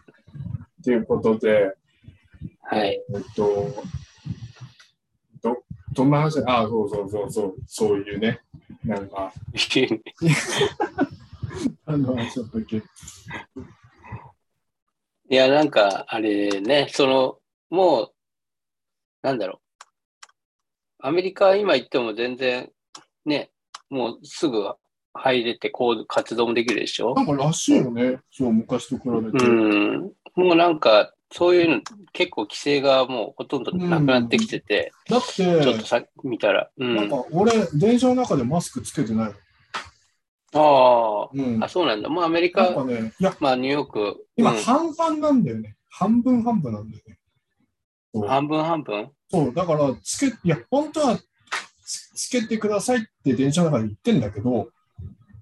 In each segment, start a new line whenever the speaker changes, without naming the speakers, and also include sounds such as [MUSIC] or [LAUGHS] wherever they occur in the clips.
っていうことで、
はい。 [LAUGHS]
えっと、ど、どんな話ああ、そうそうそうそう、そういうね、なんか、何の話だったっけ
いや、なんか、あれね、その、もう、なんだろう。アメリカ今行っても全然、ね、もうすぐ入れて、こう、活動もできるでしょ
なんからしいよね、そう、昔と比べ
う
て。
ん。もうなんか、そういうの、結構規制がもうほとんどなくなってきてて、
だって、
ちょっとさ見たら。う
なん
ん。あ
か俺、電車の中でマスクつけてない
あ
の。うん。
ー。
な
あ、
ん
そうなんだ。まあ、アメリ
か
カ、
ね、いや、
まあ、ニューヨーク、
今
うん
半々なんだよね。半分半分なんだよね。
半分半分
そう、だから、つけ、いや、本当はつ、つけてくださいって電車の中で言ってんだけど、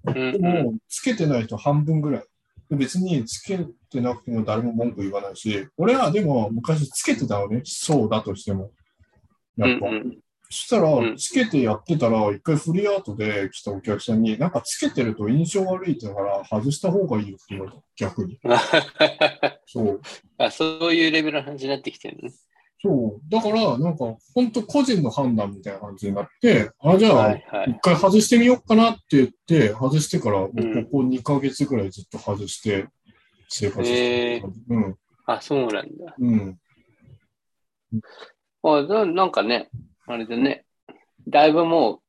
うん
で
うん。
も、つけてない人半分ぐらい。別につけてなくても誰も文句言わないし、俺はでも昔つけてたのね、そうだとしても。
う
やっ
ん
ぱ。
うん。
そした
う
ら、
ん
つけてやってたら、一回フリーアートで来たお客さんに、なんかつけてると印象悪いってだから、外した方がいいよって言われた、逆
[LAUGHS]
に。そう。
あそういうレベルの話になってきてるね。
そう。だから、なんか、本当個人の判断みたいな感じになって、あ、じゃ
は
あ、
いはい。
一回外してみようかなって言って、外してから、もうこ
ん
こ2ヶ月ぐらいずっと外して生活してる感じ。うん。
あ、そうなんだ。
うん。
あななんかね、あれだね、だいぶも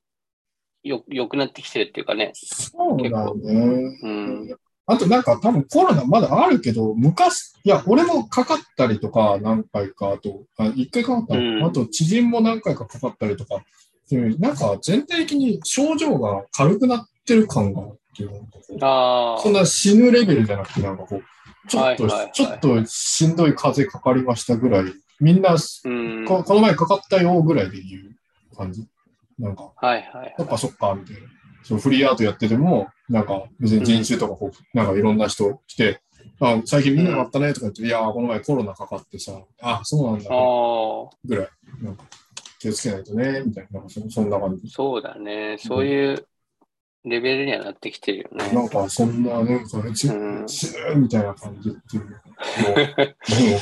うよ良くなってきてるっていうかね。
そうだよね。
うん。
あとなんか多分コロナまだあるけど、昔、いや、俺もかかったりとか何回か、あと、あ一回かかったの、
うん
あと知人も何回かかかったりとかっていう、なんか全体的に症状が軽くなってる感があるっていうのがこう
あ
そんな死ぬレベルじゃなくて、なんかこう、ちょっと、
はいはいはい
ちょっとしんどい風邪かかりましたぐらい、みんな、
あ。うん。
こ
はい
この前かかったよぐらいで言う感じ。なんか、
はいはい。
そっかそっか、みたいな。そう、フリーアートやってても、なんか、別に人種とかこう、なんかいろんな人来て、あ、最近みんなかったねとか言って、いやー、この前コロナかかってさ、あ、そうなんだ
あ、あ、
ぐらい、なんか、気をつけないとね、みたいな、なんかそそんな感じ。
そうだね。そういうレベルにはなってきてるよ
な
ね。
んか、そんな、なんか、チ
う
ュ
ん
チューみたいな感じっていうのもう、もう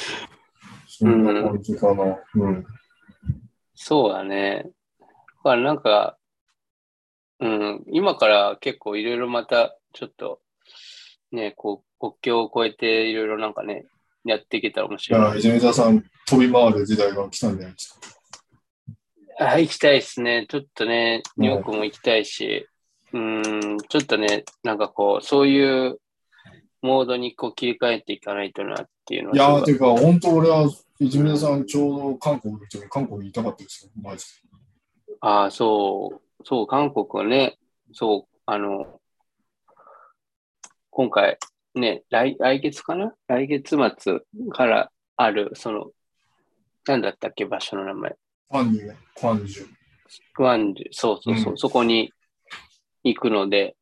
そんな感じかな。うん。
そうだね。だからなんか、うん、今から結構いろいろまたちょっと、ね、こう、国境を越えていろいろなんかね、やっていけたら面
だ
白い
か
な
ら、いじめ座さん、飛び回る時代が来たんじゃないですか。
あ、行きたいですね。ちょっとね、
うん
ニューヨークも行きたいし、うーん、ちょっとね、なんかこう、そういうモードにこう切り替えていかないとなっていうの
いや
は
ー、
す
てか、本当俺は、いじめ座さん、ちょうど韓国の時に韓国にいたかったですよ、マジで。
ごい、ああ、そう、そう、韓国はね、そう、あの、今回、ね、来、来月かな来月末からある、その、なんだったっけ、場所の名前。
ファンにね、ファンジュ。
不安重、そうそうそう、
うん
そこに行くので、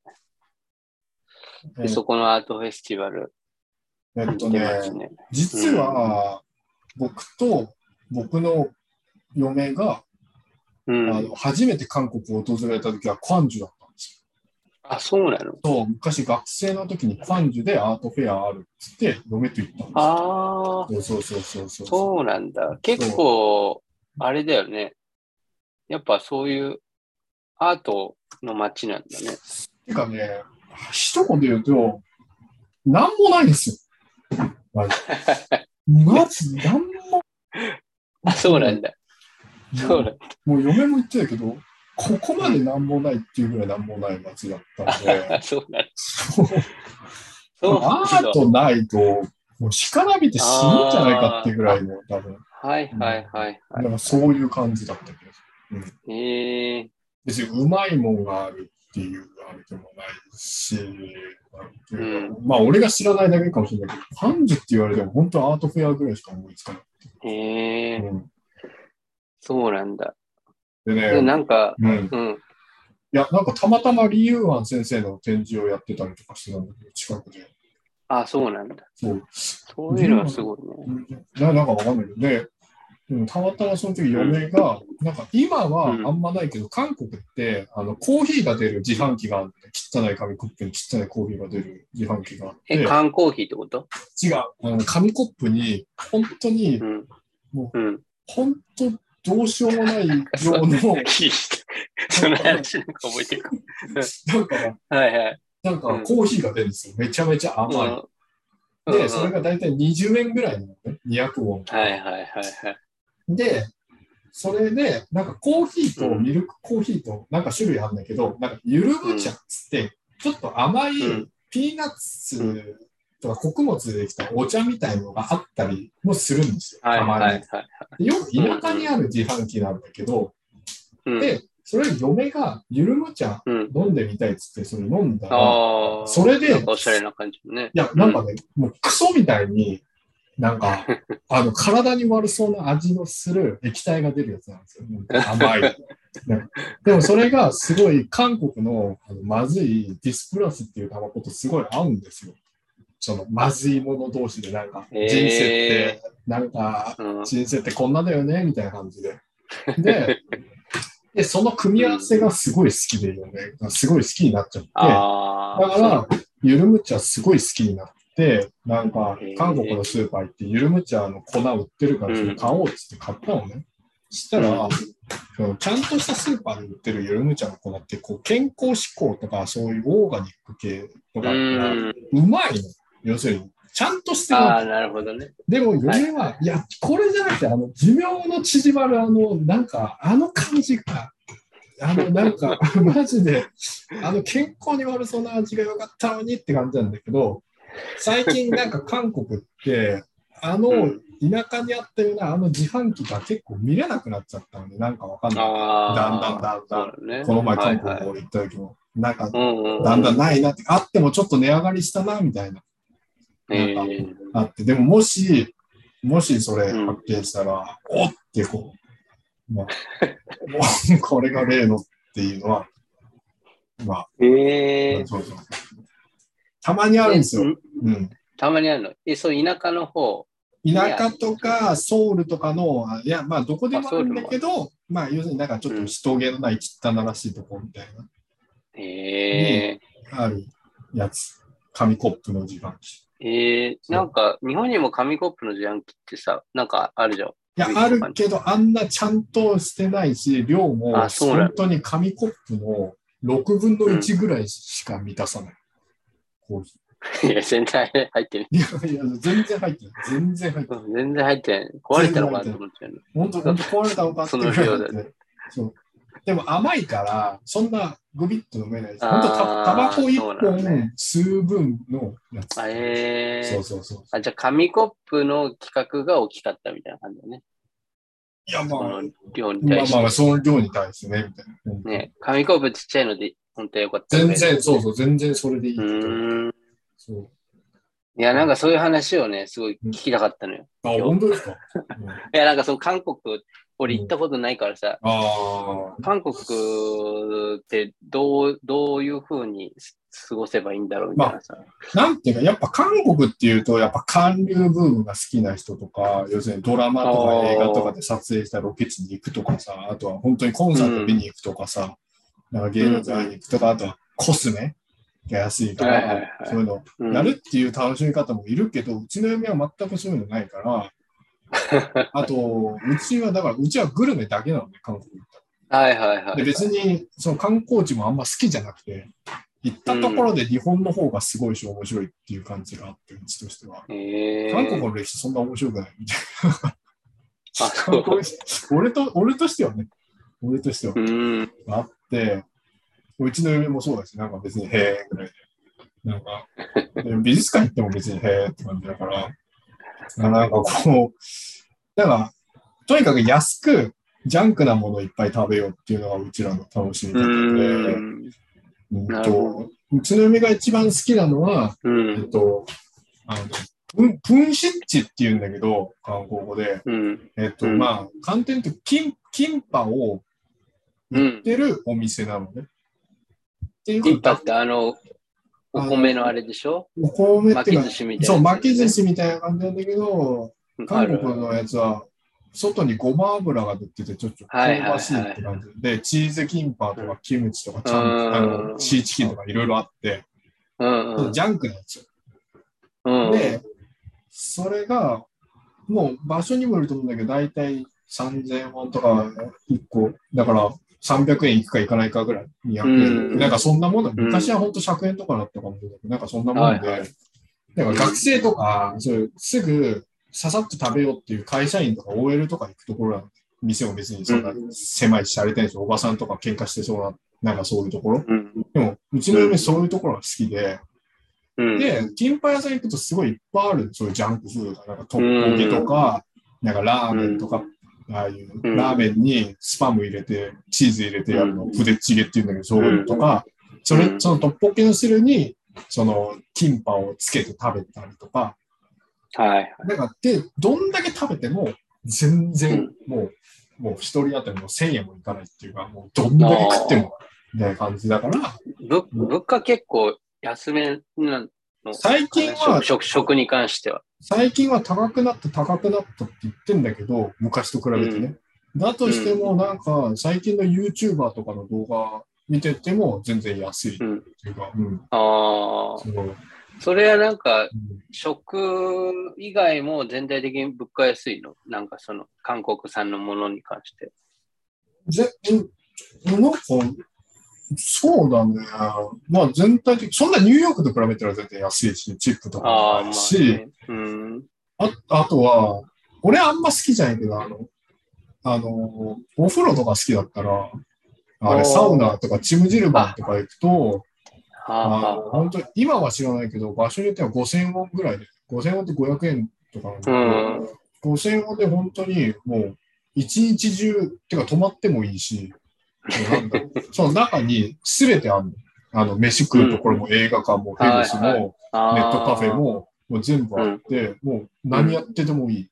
え
でそこのアートフェスティバル、
えっと
出ます
ね、
ね。
実は、僕と僕の嫁が、
う
あ
ん。
の初めて韓国を訪れた時はクァンジュだったんです
あ、そうなの
よ。そう、昔学生の時にクァンジュでアートフェアあるっつって、嫁と行ったんですよ。
ああ、
そうそうそうそうそう。
そうなんだ。結構、あれだよね。やっぱそういうアートの街なんだね。
てかね、一言で言うと、なんもないんですよ。マジでマジでなんも。
あ、そうなんだ。そうなんだ。
もう嫁も言ってたけど、ここまでなんもないっていうぐらいなんもない街だったんで、
あそうなんだ。
そう
そう
[LAUGHS] ア
なん
ー
だ。
トないと、もう干からびて死ぬんじゃないかっていうぐらいの、多分、
はいはいはい
なん
は
かそういう感じだったけど、
い。ええ
別にうまいもんがあるっていうあれでもないし、なんていうかまあ俺が知らないだけかもしれないけど、パンジュって言われても本当アートフェアぐらいしか思いつかない。
ええ
うん
そうなんだ。
で
で
ね、
なんか、
うん、
うん。
いや、なんかたまたまリ・ユーアン先生の展示をやってたりとかしてたんだけど、近くで。
あ、そうなんだ。
そう。
そういうのはすごいね。
ななんかわかんないけど、で、うん、たまたまその時嫁が、なんか今は
うん
あんまないけど、韓国って、あの、コーヒーが出る自販機があるんで、汚い紙コップに汚いコーヒーが出る自販機があって、
え、缶コーヒーってこと
違う、あの紙コップに、本当に
う、ん
も。
うん。
本当どうしようもない量
[LAUGHS]
の、
その話なんか覚えてるか。
なんか、
はいはい。
なんかコーヒーが出るんですよ。めちゃめちゃ甘い。
うんう
で、
ん
それが大体20円ぐらいなのね、200ウォン。
はいはいはいはい。
で、それで、なんかコーヒーとミルクコーヒーと、なんか種類あるんだけど、なんかゆるぶ茶っつって、ちょっと甘い
うん
ピーナッツとか穀物でできたお茶みたいのがあったりもするんですよ、
はい
た
は
ま
い
に。
はい。
でよく田舎にある自販機なんだけど、
うん
で、それ嫁がゆるむ茶
うん。
飲んでみたいっつって、それ飲んだら、
ああ。
それで
なんかおしゃれな感じのね。
いや、なんかね、もうクソみたいに、なん
[LAUGHS]
か、あの、体に悪そうな味のする液体が出るやつなんですよ。なんか甘い。ねでもそれがすごい韓国のあのまずいディスプラスっていうタバコとすごい合うんですよ。そのまずいもの同士でなんか人生ってなんか
うん。
人生ってこんなだよねみたいな感じで。で、
[LAUGHS]
でその組み合わせがすごい好きでよね。すごい好きになっちゃって。
あ
だ
あ。
から、ゆるむ茶すごい好きになって、なんか
へー、
韓国のスーパー行って、ゆるむ茶の粉売ってるから、それ買おうっつって買ったのね。したら、そのちゃんとしたスーパーで売ってるゆるむ茶の粉って、こう、健康志向とか、そういうオーガニック系とかだ
う
から、
ん。
うまいの。要するに、ちゃんとしてる
ああ、なるほどね。
でも嫁は、いや、これじゃなくて、あの、寿命の縮まる、あの、なんか、あの感じが、あの、なんか、 [LAUGHS] マジで、あの、健康に悪そうな味が良かったのにって感じなんだけど、最近なん
[LAUGHS]
か韓国って、あの
うん、
田舎にあったような、あの自販機が結構見れなくなっちゃったんで、なんかわかんない。
ああ。
だんだんだんだん
そうだね
この前韓
はいはい
国行った時も、なんか、
うんうん。
だんだんないなって、あってもちょっと値上がりしたな、みたいな。
え
なんか
ー
あって、でももし、もしそれ発見したら、おっってこう、まあ、もう [LAUGHS] これが例のっていうのは、まあ、
えー。
そうそうたまにあるんですよ。
え
うん、
たまにあるの。え、そう、田舎の方。
田舎とかソウルとかの、あいや、まあ、どこでもあるんだけど、まあ、要するになんかちょっと人気のない汚らしいとこみたい
え
な、あるやつ。紙コップの自販機。
ー。えー。なんか、日本にも紙コップの自販機ってさ、なんかあるじゃん。 [LAUGHS]
いや、あるけど、あんなちゃんとしてないし、量も
あそうなんだ
本当に紙コップの6分の1ぐらいしか満たさない。コーヒ
いや、全然入ってない。
ーいやいや、全然入ってない。全然入ってない。
全然入ってない。壊れたのかなと思っちゃうね。
本当、本当壊れたのかっていうぐらい入ってないそう。でも甘いから、そんなグビッと飲めないし、本当
あー
たタバコ一
そうなんだね
本数分のやつ。
あえ
そ
ー
う。そうそう。
あじゃあ、紙コップの企画が大きかったみたいな感じだね。
いや、まあ、
こ
ま
の量に対して。
あまあ、その量に対してね、みたいな。うん
ね、紙コップちっちゃいので、本当はよかった、
全。然、そうそう、全然それでいいけ
う
ど。
ーん。い
そう
や、なんかそういう話をね、すごい聞きたかったのよ。
あ、本当 [LAUGHS] ですか、うん
いや、なんかその韓国、俺行ったことないからさ、
ああ、
韓国ってどう、どういうふうに過ごせばいいんだろうみたいなさ。
なんていうか、やっぱ韓国っていうと、やっぱ韓流ブームが好きな人とか、要するにドラマと
あ
か
ー
映画とかで撮影したロケ地に行くとかさ、あとは本当にコンサート見に行くとかさ、なんか芸能人会いに行くとか、あとはコスメが安いか
はいはいはい
ら、そういうの
うん
やるっていう楽しみ方もいるけど、うちの嫁は全くそういうのない
[LAUGHS]
から、あと、うちはだから、うちはグルメだけなのね、韓国行ったら
はいはいは
で
い。
別にその観光地もあんま好きじゃなくて、行ったところで日本の方がすごいし面白いっていう感じがあって、うちとしては。
えー、
韓国の歴史そんな面白くないみたい
あ、そ
な
う。。
俺と、俺としてはね、俺としては
うん。
あって、うちの嫁もそうだし、なんか別にへえぐらいで。なんか、で美術館行っても別にへえって感じだから、なんかこう、なんか、とにかく安く、ジャンクなものをいっぱい食べようっていうのがうちらの楽しみ方
う
で、
ん。
うん
なるほ
と、うちの嫁が一番好きなのは、
う
えっ
ん。
と、あの、プンプンシッチって言うんだけど、韓国語で、
うん。
えっと、
うん
まあ、簡単に言うと、キン、キンパを売ってるお店なのね。っていう
キン
こと
パ
は
ってあの、お米のあれでしょ
お米って
巻
い
き
う
寿司みたい
か、
な。
そう、巻き寿司みたいな感じなんだけど、
あ
韓
る
国のやつは、外にごま油が出てて、ちょっと香ばしいって感じで、チーズキンパーとかキムチとか、ちゃん
うん
とあのシーチキンとかいろいろあって、
うんうん。
ジャンクなんですよ。
うん。
で、それが、もう場所にもよると思うんだけど、大体3000本とか1個、だから300円いくかいかないかぐらい、200円、
うん
なんかそんなもの、
ん
昔は本当100円とかだったかもしれないけど、なんかそんなもんで、
はい
なんか学生とか、そういうすぐささっと食べようっていう会社員とか OL とか行くところは、店も別にそんな狭いし、されてないし、おばさんとか喧嘩してそうな、なんかそういうところ。
うん。
でも、うちの嫁そういうところが好きで、
うん。
で、キンパ屋さん行くとすごいいっぱいある、そういうジャンクフードが、なんかトッポギとか、なんかラーメンとか、ああいう、
うん
ラーメンにスパム入れて、チーズ入れてやるの
う
を
ん
プデチゲっていうんだけど、そういうのとか、そうれ、
ん
そのトッポギの汁に、その、キンパをつけて食べたりとか、
はい。
なんか、で、どんだけ食べても、全然、もう、もう一人当たりの1000円もいかないっていうか、もうどんだけ食っても、みたいな感じだから、
ぶ物価結構安めなの。
最近は
食、食、食に関しては。
最近は高くなった高くなったって言ってんだけど、昔と比べてね。だとしても、なんか、最近の YouTuber とかの動画見てても全然安いっていうか、うん。
ああ。
その
それはなんか、
うん
食以外も全体的に物価安いの。なんかその、韓国産のものに関して。
ぜうんなんか、そうだね。まあ全体的、そんなニューヨークと比べたら全然安いし、チップとか
あ
も
あ、ま
な
あ、
いし、
ね。うん。
ああとは、俺あんま好きじゃないけど、あの、あの、お風呂とか好きだったら、あ
おー
れ、サウナとかチムジルバンとか行くと、
は
あ
あ、はあ
の本当に今は知らないけど、場所によっては5000ウォンぐらいで、5000ウォンって500円とかなんだけど、5000ウォンで本当にもう、一日中、てか泊まってもいいし、もうなんだろう [LAUGHS] その中に全てあるの。あの、飯食うところも映画館もヘルスも、
はいは
ネットカフェ。
ああ
も、もう全部あって、もう何やっててもいい。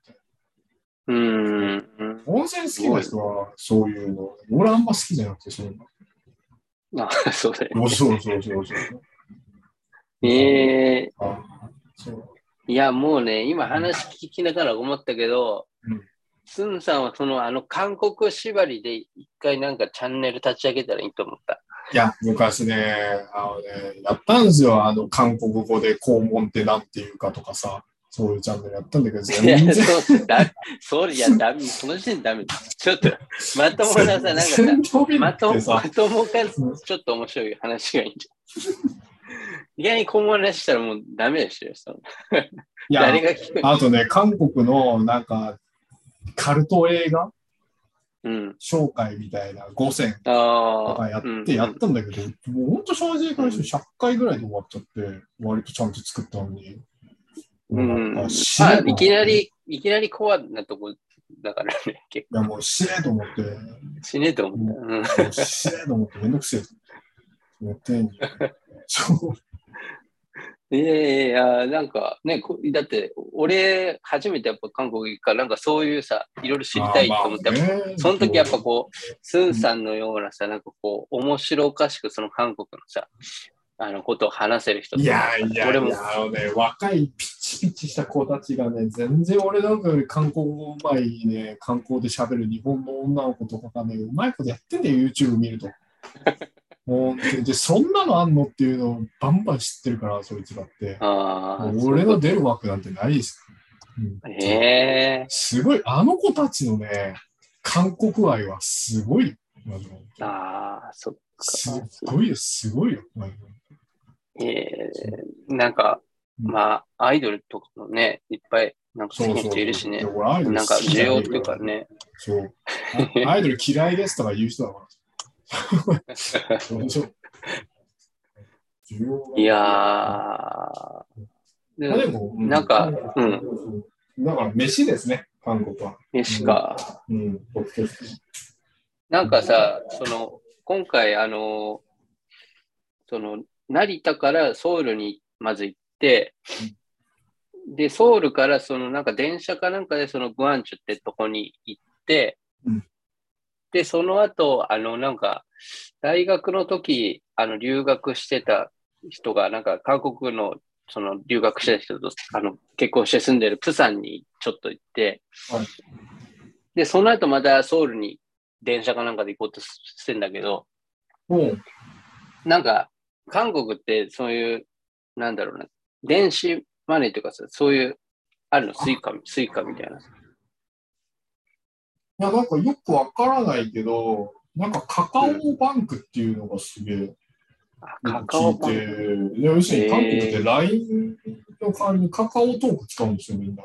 うん。うん
温泉好きな人はそういうの。俺あんま好きじゃなくて、そういう
あ、そうだよ。 [LAUGHS]
の。そうそうそうそう。
ええ
あそう
いや、もうね、今話聞きながら思ったけど
うん、
スンさんはその、あの、韓国縛りで一回なんかチャンネル立ち上げたらいいと思った。
いや、昔ね、あのね、やったんですよ。あの、韓国語で肛門ってなんていうかとかさ、そういうチャンネルやったんだけど、全
いや、
然。
そう、だ、そう、いや、ダメ、その時点でダメ。ちょっと、まともなさ、なんかさ、
全 [LAUGHS] 然
まと
って
も、ま
さ、
ともか、ちょっと面白い話がいいんじ
[LAUGHS]
ゃん。意外にこの話したらもうダメでしょ、その
いや、
誰が聞く
あとね、韓国のなんか、カルト映画
うん。
紹介みたいな5選と
ああ。
かやって、
うん
やったんだけど、もうほんと正直からして100回ぐらいで終わっちゃって、割とちゃんと作ったのに。
うん。
な
ま
ん
あ、
か死ねと思
い
って
きな。り、いきなりコアなとこだからね、結
いや、もう死ねと思って、も
構。しねえと思った。うん。
う死ねと思ってめんどくせえと思って。やってんじゃん。そう。
いやいやいや、なんかね、こだって、俺、初めてやっぱ韓国行くから、なんかそういうさ、いろいろ知りたいと思って、
あ [LAUGHS]
やっ
まあね
ぱその時やっぱこう、スンさんのようなさ、なんかこう、面白おかしくその韓国のさ、あのことを話せる人と
い
か
やいやい
俺
や
も、
あのね、若いピチピチした子たちがね、全然俺なんかより韓国語うまいね、観光で喋る日本の女の子とかがね、うまいことやってんだよ、YouTube 見ると。もうでで、そんなのあんのっていうのをバンバン知ってるから、そいつらって。
あ
もう俺の出る枠なんてないです。うん
あ、へえ
すごい、あの子たちのね、韓国愛はすごい。マジで
ああ、そっ
すっごいよ、すごいよ。マジで
ええなんか、まあ、アイドルとかもね、いっぱい、なんか好きな人いるしね
いや。俺アイドル
なんか、
好きじ
需
ゃねえ
要というかね。
そう。あアイドル嫌いですとか言う人だから。そうそう需要が
いやー、
まあで
で
も、
なんかう
だから飯ですね、韓国は。
しか、
うん、僕として
なんかさ、その、今回、あの、その、成田からソウルにまず行って、で、ソウルから、その、なんか電車かなんかで、その、グアンチュってとこに行って
うん、
で、その後、あの、なんか、大学の時、あの、留学してた人が、なんか、韓国の、その、留学してた人と、あの、結婚して住んでるプサンにちょっと行って、
はい
で、その後またソウルに電車かなんかで行こうとしてんだけど、
うん。
なんか、韓国ってそういう、なんだろうな、電子マネーというかさ、そういう、あるの、スイカ、スイカみたいな。
いや、なんかよくわからないけど、なんかカカオバンクっていうのがすげえ、
あ
よ
カ
く
カオパ
聞
ン
いて、で要するに韓国って LINE の代わりにカカオトーク使うんですよ、みんな。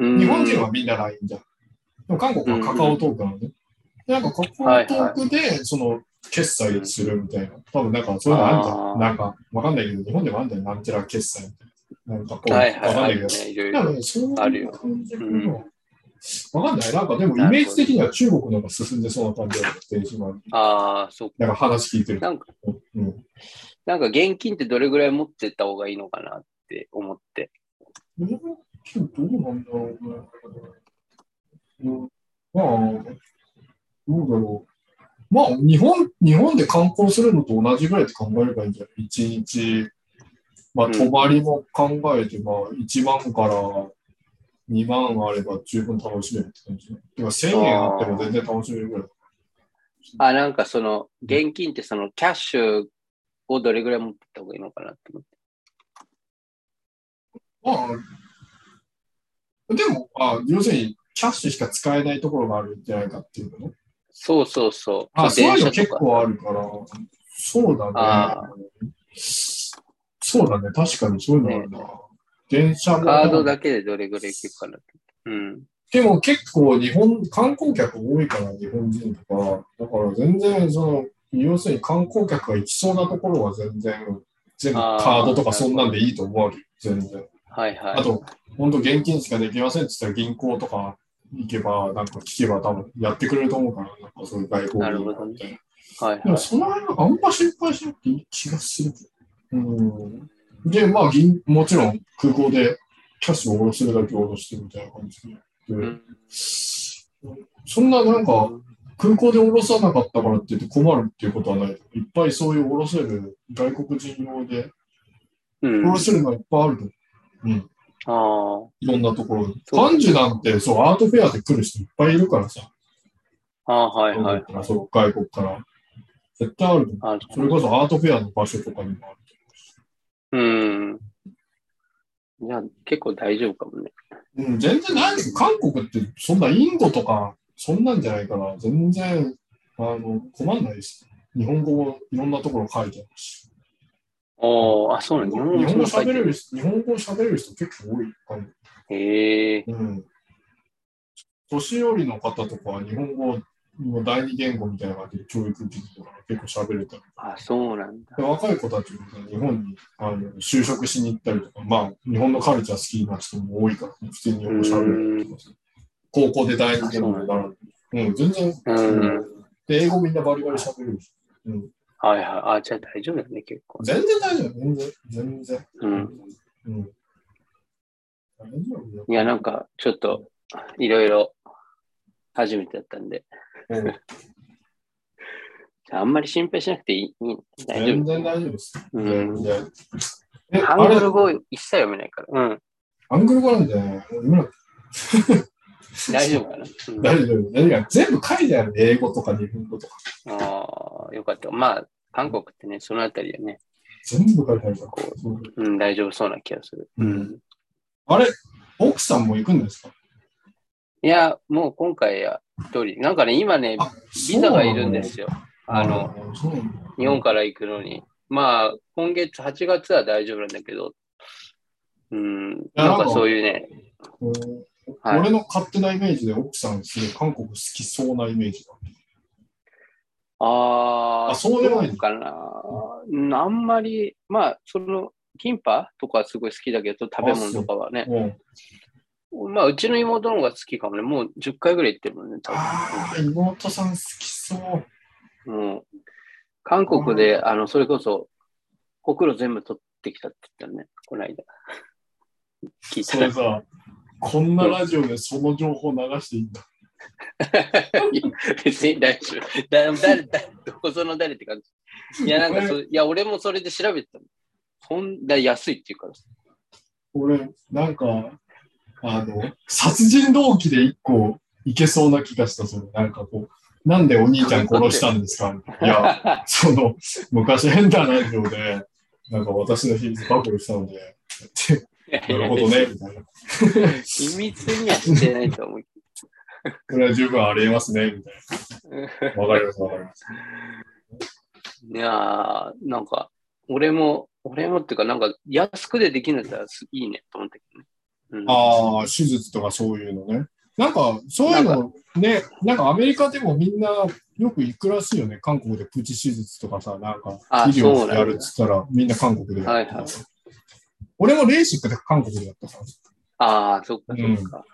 うん
日本人はみんな LINE じゃん。でも韓国はカカオトークなのね。でなんかカカオトークで、その、決済するみたいな。多分なんかそういうのあるじゃ
あ
ん。
ー
なんか、わかんないけど、日本でもあるんだよ。なんちゃら決済みたいな。なんかこう、わ
はいはい
かん
は
ない
い。
けど。
ねいろい
なん
ろ
かね、そういう
あるよ
感じの。わかんない。なんかでもイメージ的には中国の方が進んでそうな感じがしてしまう。
ああ、そう
なんか話聞いてると。
なんか、
うん。
なんか現金ってどれぐらい持ってった方がいいのかなって思って。
日本人どうなんだろうね。うんまあ、どうだろう。まあ、日本、日本で観光するのと同じぐらいって考えればいいんじゃない一日、まあ、
うん
泊まりも考えて、まあ、1万から2万あれば十分楽しめるって感じ。てか、1000円あっても全然楽しめるぐらい。
あ、なんかその、現金ってそのキャッシュをどれぐらい持ってった方がいいのかなって思って。
まあ、でも、あ要するに、キャッシュしか使えないところがあるんじゃないかっていうの
そうそうそう。
あ、そういうの
電
結
車とか。
構あるから、そうだ
あ
ね。そうだね、確かにそういうのあるな。電車も。
カードだけでどれぐらいいけるかなって。うん。
でも結構日本、観光客多いから、日本人とか。だから全然、その、要するに観光客が行きそうなところは全然、全部カードとかそんなんでいいと思うわけ。全然。
はいはい。
あと、本当現金しかできませんって言ったら銀行とか行けば、なんか聞けば多分やってくれると思うから、なんかそういう外交
なるほどね
みたいな。
はい
でも
はい。
その辺はあんま心配しなくていい気がするけど。うん。で、まあ銀、もちろん空港でキャッシュを下ろせるだけ下ろしてみたいな感じで。
うん
そんななんか、空港で下ろさなかったからって言って困るっていうことはない。いっぱいそういう下ろせる外国人用で、
うん
下ろせるのはいっぱいあると思う
あー
いろんなところに。
そう
パンジュなんて、そう、アートフェアで来る人いっぱいいるからさ。
あー、はいはい。
そう、外国から。絶対あると思う。
ある
それこそアートフェアの場所とかにもある。
うん。じゃあ結構大丈夫かもね。
うん、全然ないですよ。韓国って、そんなインドとか、そんなんじゃないから、全然、あの、困んないです。日本語もいろんなところ書いてあるし。
おーあ、そうなん
日
だ。
本語
そ
喋
んな
れ
書いて
る人、日本語喋れる人結構多いかも。
へえ。
うん。年寄りの方とかは日本語の第二言語みたいな感じで教育受けてたから結構喋れたり
あ、そうなんだ。
で若い子たちも日本にあの就職しに行ったりとか、まあ、日本のカルチャー好きな人も多いから、普通に日本語喋れるとかさ高校で第二言語習う。うん、全然。
うん。
で、英語みんなバリバリ喋れるし。うん、
はいはい。あ、じゃあ大丈夫だね、結構。
全然大丈夫。全然。全然。
うん。
うん。大丈夫よ
いや、なんか、ちょっと、いろいろ、初めてだったんで。 [LAUGHS]
うん
あんまり心配しなくていい。いい大丈
全
夫。
然大丈夫です。
うん。
でえ
ハ
あ
ング
れ
ル語一切読めないから。うん。
アングル語なんじゃない今
大丈夫かな。う
[LAUGHS]
ん
大丈夫。何が全部書いてある、英語とか日本語とか。
ああ、よかった。まあ、韓国ってね、そのあたりはね、
全部書いてあるから。そう
うん、大丈夫そうな気がする。
うん
うん。
あれ、奥さんも行くんですか
いや、もう今回は一人。なんかね、今ね、
あ
ビザがいるんで。すよ。
そうな
あの、、
そうなんだ
日本から行くのに。まあ、今月8月は大丈夫なんだけど、うん、なんかそういうね、
うん
はい
俺の勝手なイメージで奥さんすごい韓国好きそうなイメージだ。
ああ、
あそうでもない
そかな。うんあんまり、まあ、その、キンパとかはすごい好きだけど、食べ物とかはね。
うん、
まあ、うちの妹の方が好きかもね。もう10回ぐらい行ってるもんね、多
ああ、妹さん好きそう。
[LAUGHS] 分。うん。韓国で、あの、それこそ、ほくろ全部取ってきたって言ったのね、この
[LAUGHS]
間。聞いた
そ
ら
れ。さ、こんなラジオでその情報流していいんだ。
いや別に [LAUGHS] 大丈夫。だ誰だどこその誰って感
[LAUGHS]
じ。いや、なんかそ、いや、俺もそれで調べてたの。そんな安いっていうからさ。
俺、なんか、あの、殺人動機で一個、いけそうな気がした、その、なんかこう、なんでお兄ちゃん殺したんですかみたいな。いや、その、昔変なラジオで、なんか私の秘密暴露したので、なるほどね、みたいな。
[LAUGHS] 秘密にはしてないと思う。
これは十分ありえますね、みたいな。わかります、わかります。
いやーなんか、俺も、俺もっていうか、なんか、安くでできるんだったらいいねと思ったけどね。うん、
ああ、手術とかそういうのね。なんか、そういうのね、なんかアメリカでもみんなよく行くらしいよね。韓国でプチ手術とかさ、なんか
あ
医
そ
療
うなんだ
やるっつったらみんな韓国でやってた
はいはい
俺もレーシックで韓国でやったさ。
ああ、そっかそっか。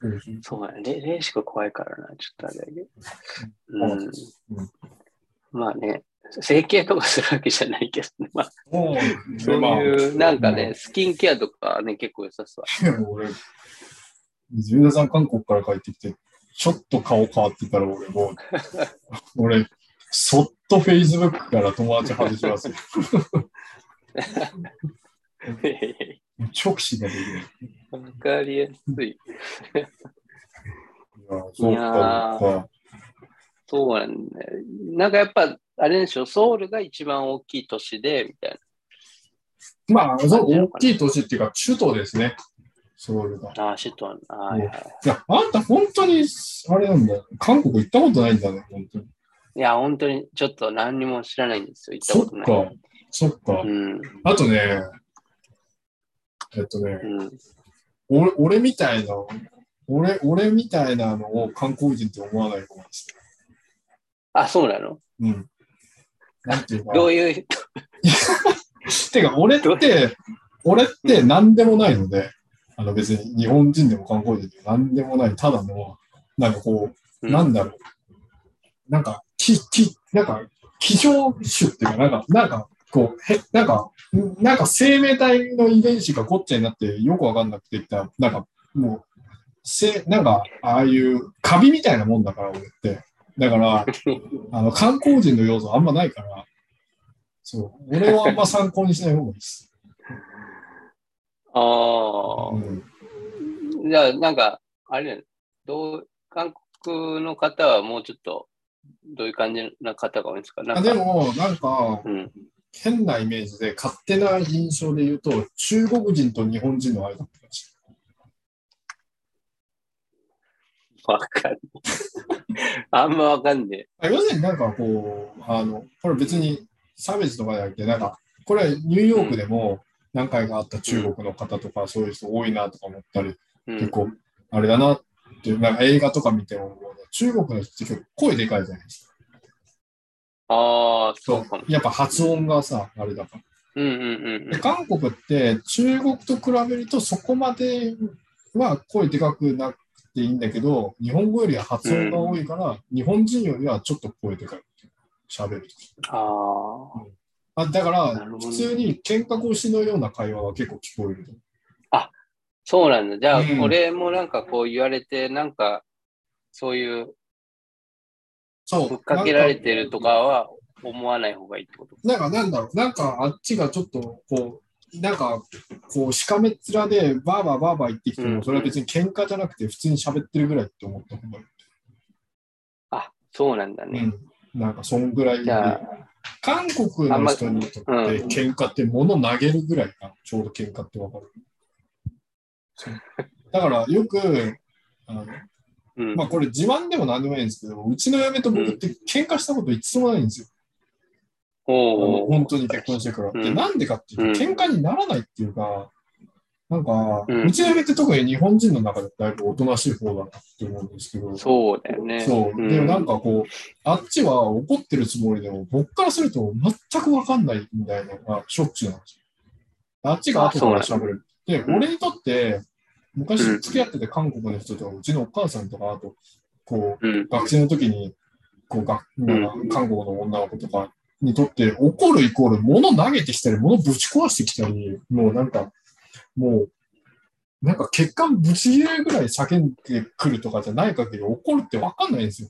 そうそう
そうだね。レレーシック怖いからな、ちょっとあれだけど。うん。
うん
まあね、整形とかするわけじゃないけどね。まあ、
もう
そういう、
まあ
なんかね、スキンケアとかね、結構良さ
[LAUGHS]
そう。
でも俺、ジュンダさん韓国から帰ってきて、ちょっと顔変わってたら俺
[LAUGHS]
もう、俺、そっと Facebook から友達外しますよ。直視ができない。
わかりやすい。
いやそうか、そうか。
そうなんだよ。なんかやっぱ、あれでしょ、ソウルが一番大きい都市で、みたい
まあ、そう大きい都市っていうか、首都ですね。ソウルが。
な。ああ、シットなんだ。はいはい。
いや、あんた本当に、あれなんだよ。韓国行ったことないんだね、本当に。
いや、本当に、ちょっと何にも知らないんですよ。行った
そ
こ
っ
とない。
か、そっか
う。ん、
あとね、えっとね、
うん。
俺俺みたいな、俺、俺みたいなのを韓国人って思わないかもし
あ、そうなの
れない。うん。なんていうか。
どういう、
てか、俺って、俺って何でもないので、あの別に日本人でも韓国人でも何でもない、ただの、なんかこう、
うん
なんだろう。なんか、き、き、なんか、気象種っていうか、なんか、なんか、こう、へ、なんか、んなんか生命体の遺伝子がごっちゃになってよくわかんなくていった、なんか、もう、せ、なんか、ああいうカビみたいなもんだから、俺って。だ
[LAUGHS]
から、あの、観光人の要素あんまないから、そう、俺はあんま参考にしない方がいいです。
あ
うん
あ、じゃあ、なんか、あれだねどう、韓国の方はもうちょっと、どういう感じな方が多いんですかな
あ
んか
でも、なんか、
うん。
変なイメージで、勝手な印象で言うと、中国人と日本人の間って感じ。
わかんない。あんまわかんね
あ要するになんかこう、あの、これ別に差別とかじゃなくて、なんか、これニューヨークでも何回かあった中国の方とか、そういう人多いなとか思ったり、
え。う
結
ん。
構、あれだなって、なんか映画とか見ても、中国の人って結構声でかいじゃないですか。
ああ、そうかも。
やっぱ発音がさ、あれだから。
うんうんうん
で韓国って中国と比べるとそこまでは声でかくなくていいんだけど、日本語よりは発音が多いから、日本人よりはちょっと声でかい。喋ると
あ
あだか
な
ら、
るほど
普通に喧嘩腰のような会話は結構聞こえると。
あ、そうなんだ。じゃあ、
うん
俺もなんかこう言われて、なんか、そういう、
そう。
ふっかけられてるとかは思わない方がいいってこと。
なんかなんだろう、なんかあっちがちょっとこう、なんかこう、しかめっ面でバーバーバーバー言ってきて
うん
も、それは別に喧嘩じゃなくて、普通に喋ってるぐらいって思った方がいい。
あ、そうなんだね。
うん、なんかそんぐらい
じ
で
ゃあ、
韓国の人にとって
あんまうん
喧嘩って物投げるぐらいかな、ちょうど喧嘩ってわか
[LAUGHS]
る。そうだからよく、あの
うん。
まあこれ自慢でも何でもないんですけど、うちの嫁と僕って喧嘩したこと一度もないんですよ。あの
おお。
本当に結婚してから。
うん
で、なんでかっていうと、
うん
喧嘩にならないっていうか、なんか、
うん
うちの嫁って特に日本人の中でだいぶおとなしい方だなって思うんですけど、
そうだよね。
そう。
うん
で、なんかこう、あっちは怒ってるつもりでも、僕からすると全くわかんないみたいなのがしょっちゅうなんですよ。あっちが後から喋る。で、
うん
俺にとって、昔
うん
付き合ってて韓国の人とか、うちのお母さんとか、あと、こ
うん。
う、学生の時に、こう、学なんか韓国の女の子とかにとって、怒るイコール物投げてきたり、物ぶち壊してきたり、もうなんか、もう、なんか血管ぶち切れるぐらい叫んでくるとかじゃない限り怒るって分かんないん
[LAUGHS]
ですよ。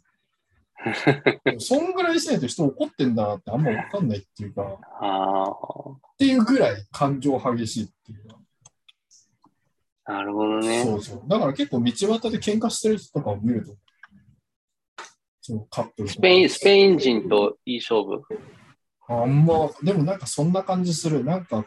そんぐらいしないと人怒ってんだなってあんま分かんないっていうか、っ
あ
ていうぐらい感情激しいっていうか。
あ。なるほどね。
そうそう。だから結構道端で喧嘩してる人とかを見ると、そうカップルと
ス
か
ペイン、スペイン人といい勝負。
あんま、でもなんかそんな感じする。なんか、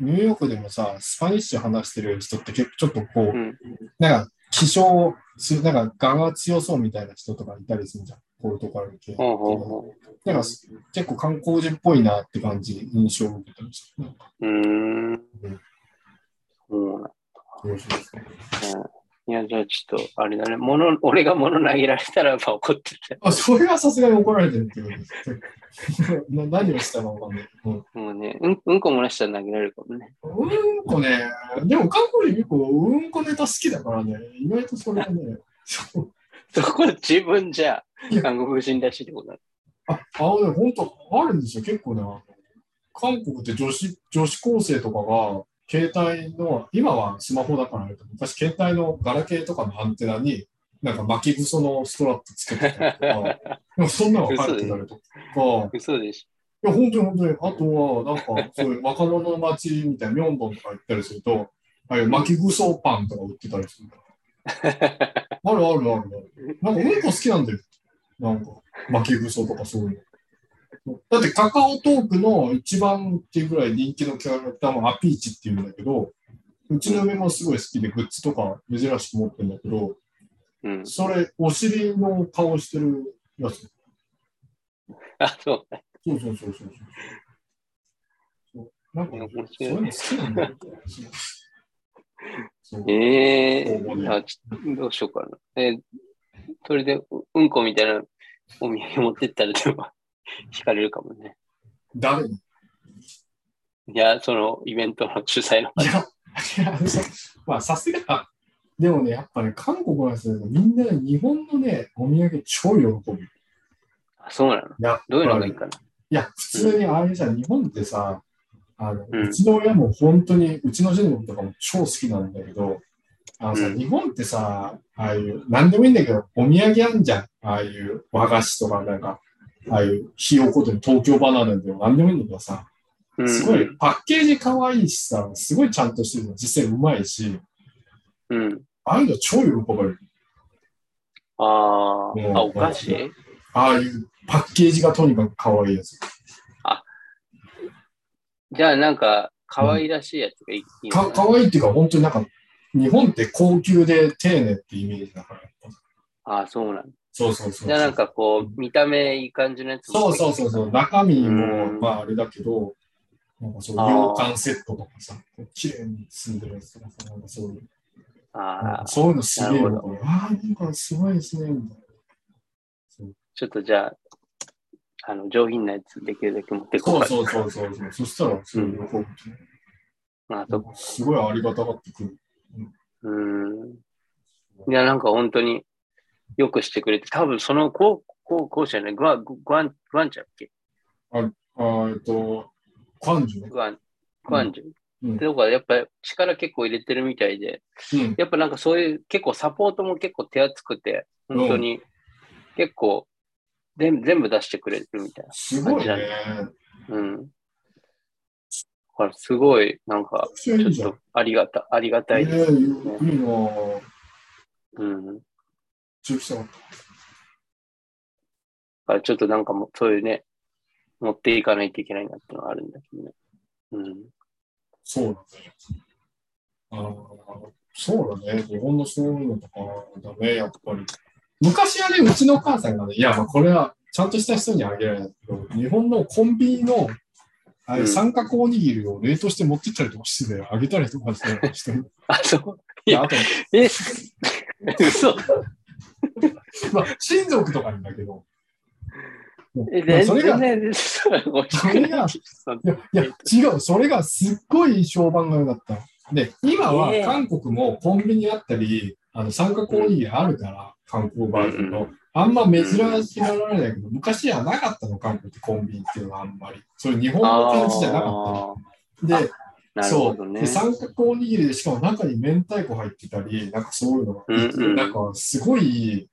ニューヨークでもさ、スパニッシュ話してる人って結構ちょっとこう、
うん
なんか、気象する、なんか、ガが強そうみたいな人とかいたりするじゃん。ポルトガル系。
ほうほうほ
なんか、結構観光人っぽいなって感じ、印象を受けたりして。なんか
う。うーん。そうなん
面白いですね
だね。いや、じゃあちょっと、あれだね。物、俺が物投げられたらやっぱ怒ってて。
あ、それはさすがに怒られてるってことです。 [LAUGHS] な何をしたのかわかんない。うん
もうね、うん、うんこ漏らしたら投げられるかもね。
うんこね、でも韓国人結構うんこネタ好きだからね、意外とそれは [LAUGHS] ね、そう
そこ自分じゃ、韓国人らしいってことだね。
あ、あのね、本当あるんですよ、結構ね。あの韓国って女子、女子高生とかが、携帯の、今はスマホだからあれだけど昔携帯のガラケーとかのアンテナに、なんか巻きぐそのストラップつけてたりとか、でもそんなの書いてたりとか、い
嘘でし
や、本当に本当に、あとは、なんか、そういう若者の街みたいな、ミョンドンとか行ったりすると、ああいう巻きぐそパンとか売ってたりする。あるあるあるある。なんかうんこ好きなんだよ。なんか巻きぐそとかそういうの。だってカカオトークの一番っていうぐらい人気のキャラクターもアピーチっていうんだけど、うちの嫁もすごい好きでグッズとか珍しく持ってるんだけど、
ょ。うん。
それお尻の顔してるやつ。
あ、そう。
そうそうそうそうそう。そうなんか、
面白い
そういうの好きなんだよ。そう
ええ
そうね
あちょどうしようかな。えーそれで、ううんこみたいなお土産持ってったら、でも、惹かれるかもね。
誰に
いや、そのイベントの主催の。
いや、いやそうまあさすが、あでもね、やっぱね、韓国の人たちみんなね日本のね、お土産超喜ぶ。
あ、そうなの
やっぱり
どういうのがいいかな。
いや、普通にあれじゃん、日本ってさ、あの、
う
う
ん
ちの親も本当に、うちの次男とかも超好きなんだけど、あのさ、
うん
日本ってさ、ああいう、なんでもいいんだけど、お土産あんじゃん。ああいう和菓子とか、なんか、ああいうひよこと東京バナナでもなんでもいいんだけどさ、
うん、
すごいパッケージ可愛いしさ、すごいちゃんとしてるの、実際うまいし、
うん。
ああいうの超喜ばれる。
あ
うん
ーあ、お菓子、
ああいうパッケージがとにかく可愛いやつ。
じゃあ、なんか、可愛らしいやつがいい。いいの
か
かな
可愛いっていうか、本当になんか、日本って高級で丁寧ってイメージだから。
あーそうなの。
そうそうそう。
じゃあ、なんかこう、見た目いい感じのやつ
そうそうそうそう。中身も、
うん
まああれだけど、なんかそう、
あー
洋館セットとかさ、綺麗に住んでるやつとかさ、なんかそういう、
ああ、
そういうのすげえ
な
よ
る
く思う。ああ、なんかすごいですね、みたいな。
ちょっとじゃあ、あの、上品なやつできるだけ持ってこう
そう
か。
そうそうそうそう。そしたら、すごい喜ぶ
あそっか
すごいありがたがってくる。
うん。いや、なんか本当によくしてくれて、多分その、こう、こう、こうじゃない、グアン、グアン、グアンチャっけ
あーえっと、感じね。
グアン、グアンジュ。
うん
とか、やっぱり力結構入れてるみたいで、
うん。
やっぱなんかそういう、結構サポートも結構手厚くて、本当に結構、全部全部出してくれるみたい
すごいね。
な。うん。だからすごい、なんか、
ち
ちょっ
じゃん
とありがた、ありがたい
ねえ
です。
いいなぁ。
うん。だ
中期生
からちょっとなんかもうそういうね、持っていかないといけないなってのはあるんだけどね。うん。
そうなんだね。あーそうだね。日本のそういうのとかだね、やっぱり。昔はね、うちのお母さんがね、いや、まあこれはちゃんとした人にあげられないけど、日本のコンビニのああいう
うん
三角おにぎりを冷凍して持ってったりとかしてたよあげたりとかしてたよ人に。
あ、そう。
いや、あと、
え、嘘。
まあ、親族とかにだけど。まあ
え、全
それが
然、全然、美味し
そ
く
れ
ない
がいや、いや違う、それがすっごい評判が良かった。で、今は
ええ
韓国もコンビニあったり、あの三角おにぎりあるから、韓国バージョンの。あんま珍しがられないけど、昔はなかったの、韓国ってコンビニっていうのはあんまり。それ日本の感じじゃなか
あ
ったり。で、
ーなる
そ
ほ
う
ど、
で
ね。
三角おにぎりで、しかも中に明太子入ってたり、なんかそういうのが、
うんうん
なんかすごい、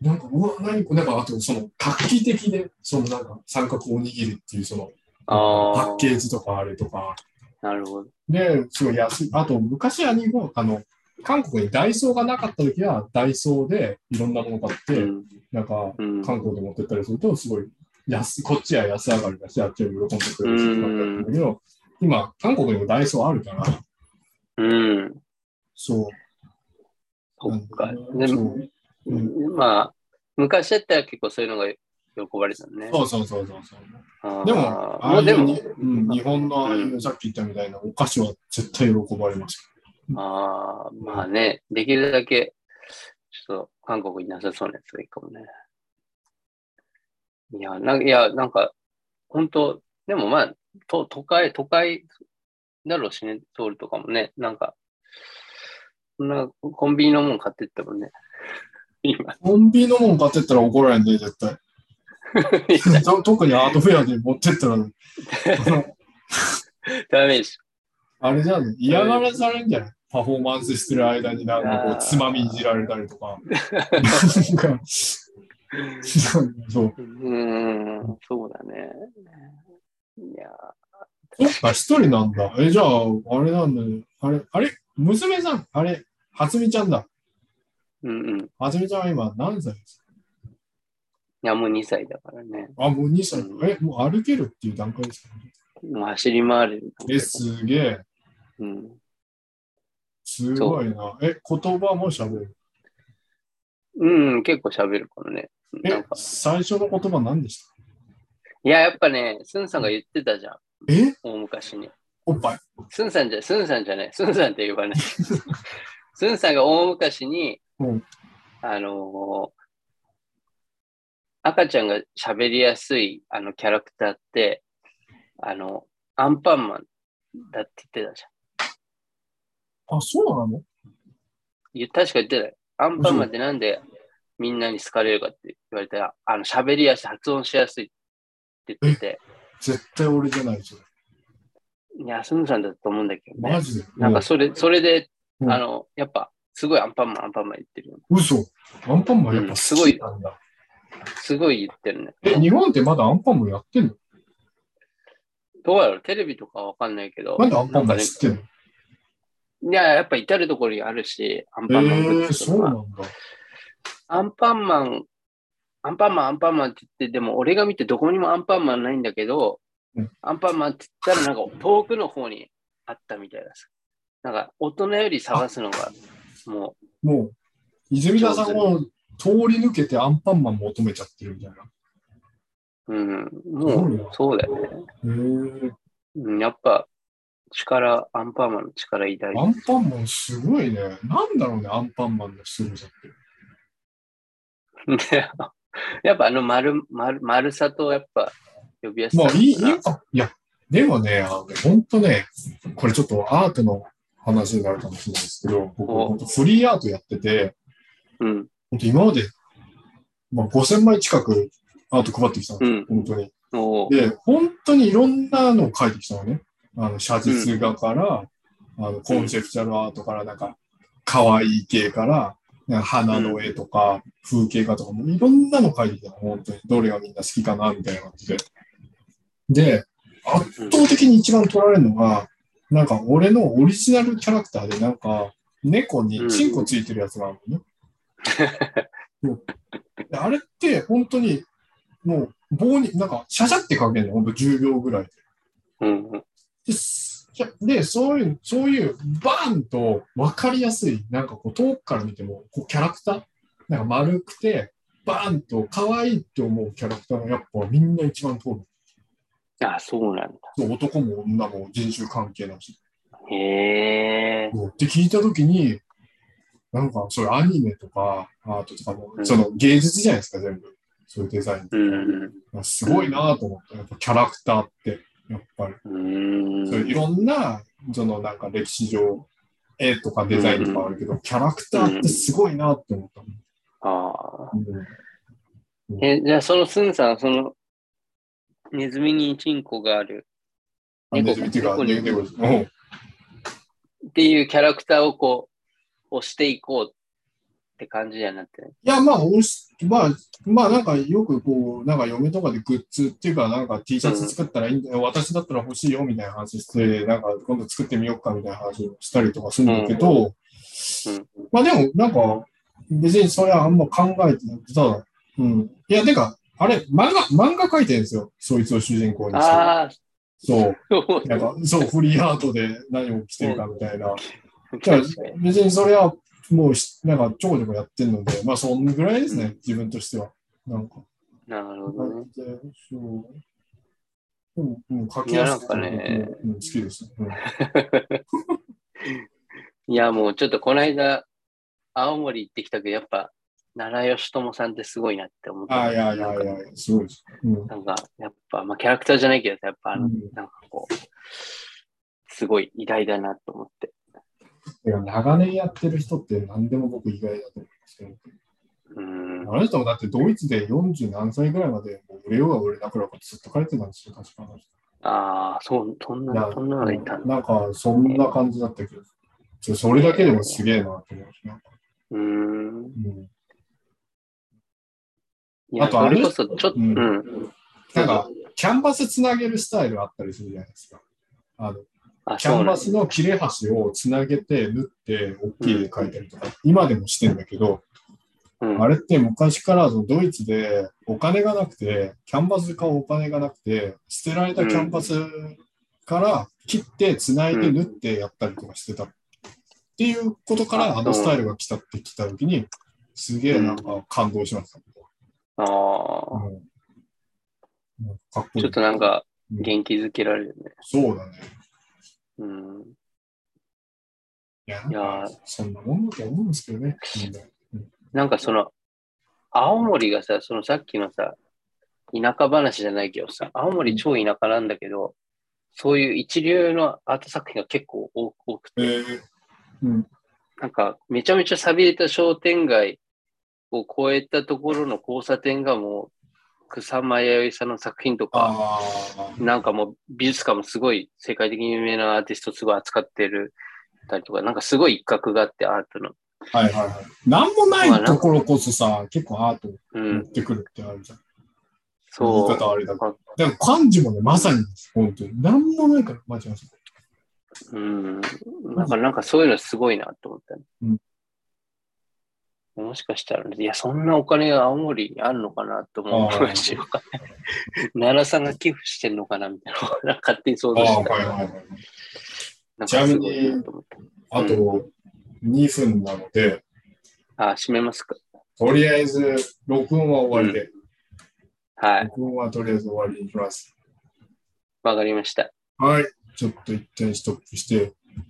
なんか、うわ、何これ、なんか、あと、その、画期的で、その、なんか、三角おにぎりっていう、その、パ
あー
ッケージとかあれとか、
なるほど。
で、すごい安い。あと、昔は日本、あの、韓国にダイソーがなかった時は、ダイソーでいろんなもの買って、
うん
なんか、
うん
韓国で持ってったりすると、すごい安、こっちは安上がりだし、あっちは喜んでくれるしとかだったんだけど、今、韓国にもダイソーあるから、
うん。
そう。
そっか。
うん
で
そう
まあ、昔だったら結構そういうのが喜ばれたね。
そうそうそうそうそう。
あー
でも、あ
ま
あ
あ
い
で
う
も
に、うん日本のああいうさっき言ったみたいなお菓子は絶対喜ばれます。
ああ、まあね、できるだけ、ちょっと韓国になさそうなやつがいいかもね。いや、なんか、いや、なんか、本当でもまあ、と都会、都会だろうしね、通るとかもね、なんか、そんなコンビニのもん買ってったもんね。 [LAUGHS] 今、
コンビニのもん買ってったら怒られんで、絶対。と特にアートフェアで持ってったら、
ダメでし
あれじゃん、嫌がらされんじゃないパフォーマンスしてる間になんかこ
あー
う、つまみいじられたりとか。なんか [LAUGHS] そう。
ょ。うーん、そうだね。いや、
そっか、一人なんだ。え、じゃあ、あれなんだね。あれ、あれ娘さん、あれ、はつみちゃんだ。
うんうん。い
はつみちゃんは今何歳です
や、もう2歳だからね。
かあ、もう2歳。え、もう歩けるっていう段階ですかね。
もう走り回れる。
え、すげえ。
うん。
すごいな。え、言葉も喋る。
うん、結構喋るからね。
え
なん、か、
最初の言葉何でした
いや、やっぱね、スンさんが言ってたじゃん、
え
大昔に。
おっぱい。
スンさんじゃ、スンさんじゃない、スンさんって呼ば
[LAUGHS]
ない。スンさんが大昔に、
うん
あのー赤ちゃんが喋りやすいあのキャラクターって、あの、アンパンマンだって言ってたじゃん
あ、そうなの
言。確か言ってたよ。アンパンマンってなんでみんなに好かれるかって言われたら、あの、喋りやすい、発音しやすいって言ってて、
絶対俺じゃない、それ。
いや、スンさんだと思うんだけどね
マ。ジで。
なんかそれ、それで、
うん
あの、やっぱ、すごいアンパンマン、アンパンマン言ってるよね。
うん嘘。アンパンマンやっぱ
う
好
んすごい
きなんだ。
すごい言ってるね。
え、日本ってまだアンパンマンやってんの
どうやろうテレビとかわかんないけど。
なんでアンパンマン
なんか
知ってんの
ねいや、やっぱ至るところにあるし、アン
え
パンマング
ー、
ッズ
そ
と
う
か
なんだ。
アンパンマン、アンパンマン、アンパンマンって言って、でも俺が見てどこにもアンパンマンないんだけど、
うん
アンパンマンって言ったらなんか遠くの方にあったみたいです。なんか大人より探すのが、も
もう、泉田さんも通り抜けてアンパンマン求めちゃってるみたいな。
う、うん、
す
も
ご
う、
いな。
そうだよね。
へー
うん、やっぱ、力、アンパンマンの力偉大。
アンパンマンすごいね。なんだろうね、アンパンマンの凄さって。
で [LAUGHS] やっぱあの丸、丸、丸さとやっぱ呼びやすさ
まあ、いい、いい
かな
か。いや、でもね、あのね、ほんとね、これちょっとアートの話になるかもしれないですけど、僕、
お
ほんとフリーアートやってて、
うん、
ほんと今まで、まあ、5000枚近くアート配ってきたんで
う
す
ん。
よ、本当に。
おー
で、本当にいろんなのを書いてきたのね。あの、写実画から、あの、コンセプチュアルアートから、なんか、可愛い系から、なんか花の絵とか、風景画とか、もういろんなの書いてきたの、本当に。どれがみんな好きかな、みたいな感じで。で、
う
圧倒的に一番取られるのが、なんか俺のオリジナルキャラクターで、なんか、猫にチンコついてるやつがあるのね。そうであれって、本当に、もう棒に、なんか、シャシャってかけるの、ほんと10秒ぐらいで。
ん、うん、
ですで、そういう、そういう、バーンと分かりやすい、なんかこう、遠くから見ても、こう、キャラクター、なんか丸くて、バーンと可愛いって思うキャラクターがやっぱみんな一番通る。
あ、そうなんだ。
そう男も女も人種関係なし。
へえ。
って聞いたときに、なんか、そういうアニメとか、アートとかも
う、ん
その芸術じゃないですか、全部。そういうデザインと
う
か。
ん、
まあすごいなと思った。やっぱキャラクターって、やっぱり。
うん。
そういういろんな、そのなんか歴史上、絵とかデザインとかあるけど、キャラクターってすごいなって思った。
ああ。
うん
え、じゃあそのスンさん、その、ネズミにチンコがある
あ
猫
ネズミっていうか、
猫に
猫ですうん
っていうキャラクターをこう、押していこうって感じにはなってる。
いや、まあ、おしまあ、まあ、なんかよくこう、なんか嫁とかでグッズっていうか、なんか T シャツ作ったらいいんだよ、私だったら欲しいよみたいな話して、なんか今度作ってみようかみたいな話をしたりとかするんだけど、
うん
まあでも、なんか、別にそれはあんま考えてなくて、ただ、うん。いや、てか、あれ、漫画、漫画描いてるんですよ。そいつを主人公にして。
ああ、
そう。
そう
なんか、そう、フリーアートで何を起きてるかみたいな。じゃあ
[LAUGHS] 確かに。
別にそれはもうし、なんかちょこちょこやってるので、まあそんぐらいですね、自分としては。なんか。
なるほどね。
そう。うん、うん、書き
いやな
や
ん
す
かね
うん、好きです、うん。
いや、もうちょっとこの間、青森行ってきたけど、やっぱ、奈良義友さんってすごいなって思った。
あいやいやいやいや、すごいです。うん。うん
なんか、やっぱ、まあ、キャラクターじゃないけど、やっぱ、あの、なんかこう、すごい偉大だなと思って。
てか長年やってる人って何でも僕意外だと思いますけど。
うん。
あの人もだってドイツで40何歳ぐらいまでもう売れようが売れなくなるかずっと書いてたんですよ、確かあの人。
ああ、そう、そん
な
な、そんなのがいたんだ。
なんか、そんな感じだったけど、ちょそれだけでもすげえなと思うし、なんか
うーん。
うん
いや、
あと
そ
あれ
れこそ、ちょっと、
う
うんん。
なんか、キャンバスつなげるスタイルあったりするじゃないですか。あの
あ、
キ
そ
ャ
うな
ン
んだ
バスの切れ端をつなげて、縫って、大きい絵描いたりとか、今でもしてんだけど、
うん
あれって昔からそのドイツでお金がなくて、キャンバス買うお金がなくて、捨てられたキャンバスから切って、つないで、
うん
縫ってやったりとかしてた。っていうことから、
あ
あのスタイルが来たって来た時に、すげえなんか感動しました。
ああ、ちょ
うんなんかかっこいい。
っとなんか、
うん
元気づけられるね。
そうだね。
うん。
いや、なんかそんなもんだと思うんですけどね。みんな
なんかその、青森がさ、そのさっきのさ、田舎話じゃないけどさ、青森超田舎なんだけど、そういう一流のアート作品が結構多多く
え
て、
ーうん、
なんかめちゃめちゃ錆びれた商店街を越えたところの交差点がもう草間彌生さんの作品とか、
あ
なんかもう美術館もすごい世界的に有名なアーティストすごい扱ってるたりとか、なんかすごい一角があってアートの。
あ、はいはいはい。なんもないところこそさ、結構アート
う
持っ
ん、
てくるってあるじゃん。
そう。
言い方あれだけど。でも漢字もね、まさにです、本当に。なんもないから、間違いない。
うん。なんか、なんかそういうのすごいなと思ったね。もしかしたら、いや、そんなお金が青森にあるのかなとも思うし、わかんない [LAUGHS] 奈良さんが寄付してんのかなみたいな、なんか勝手に想
あ
像
あ、
し
は
た。
いはいはい。
なんかすごいなと思った。
あと2分なので、
あ、閉めますか。
とりあえず録音は終わりで、
はい。
録音はとりあえず終わりにします。
わかりました。
はい。ちょっと一旦ストップして、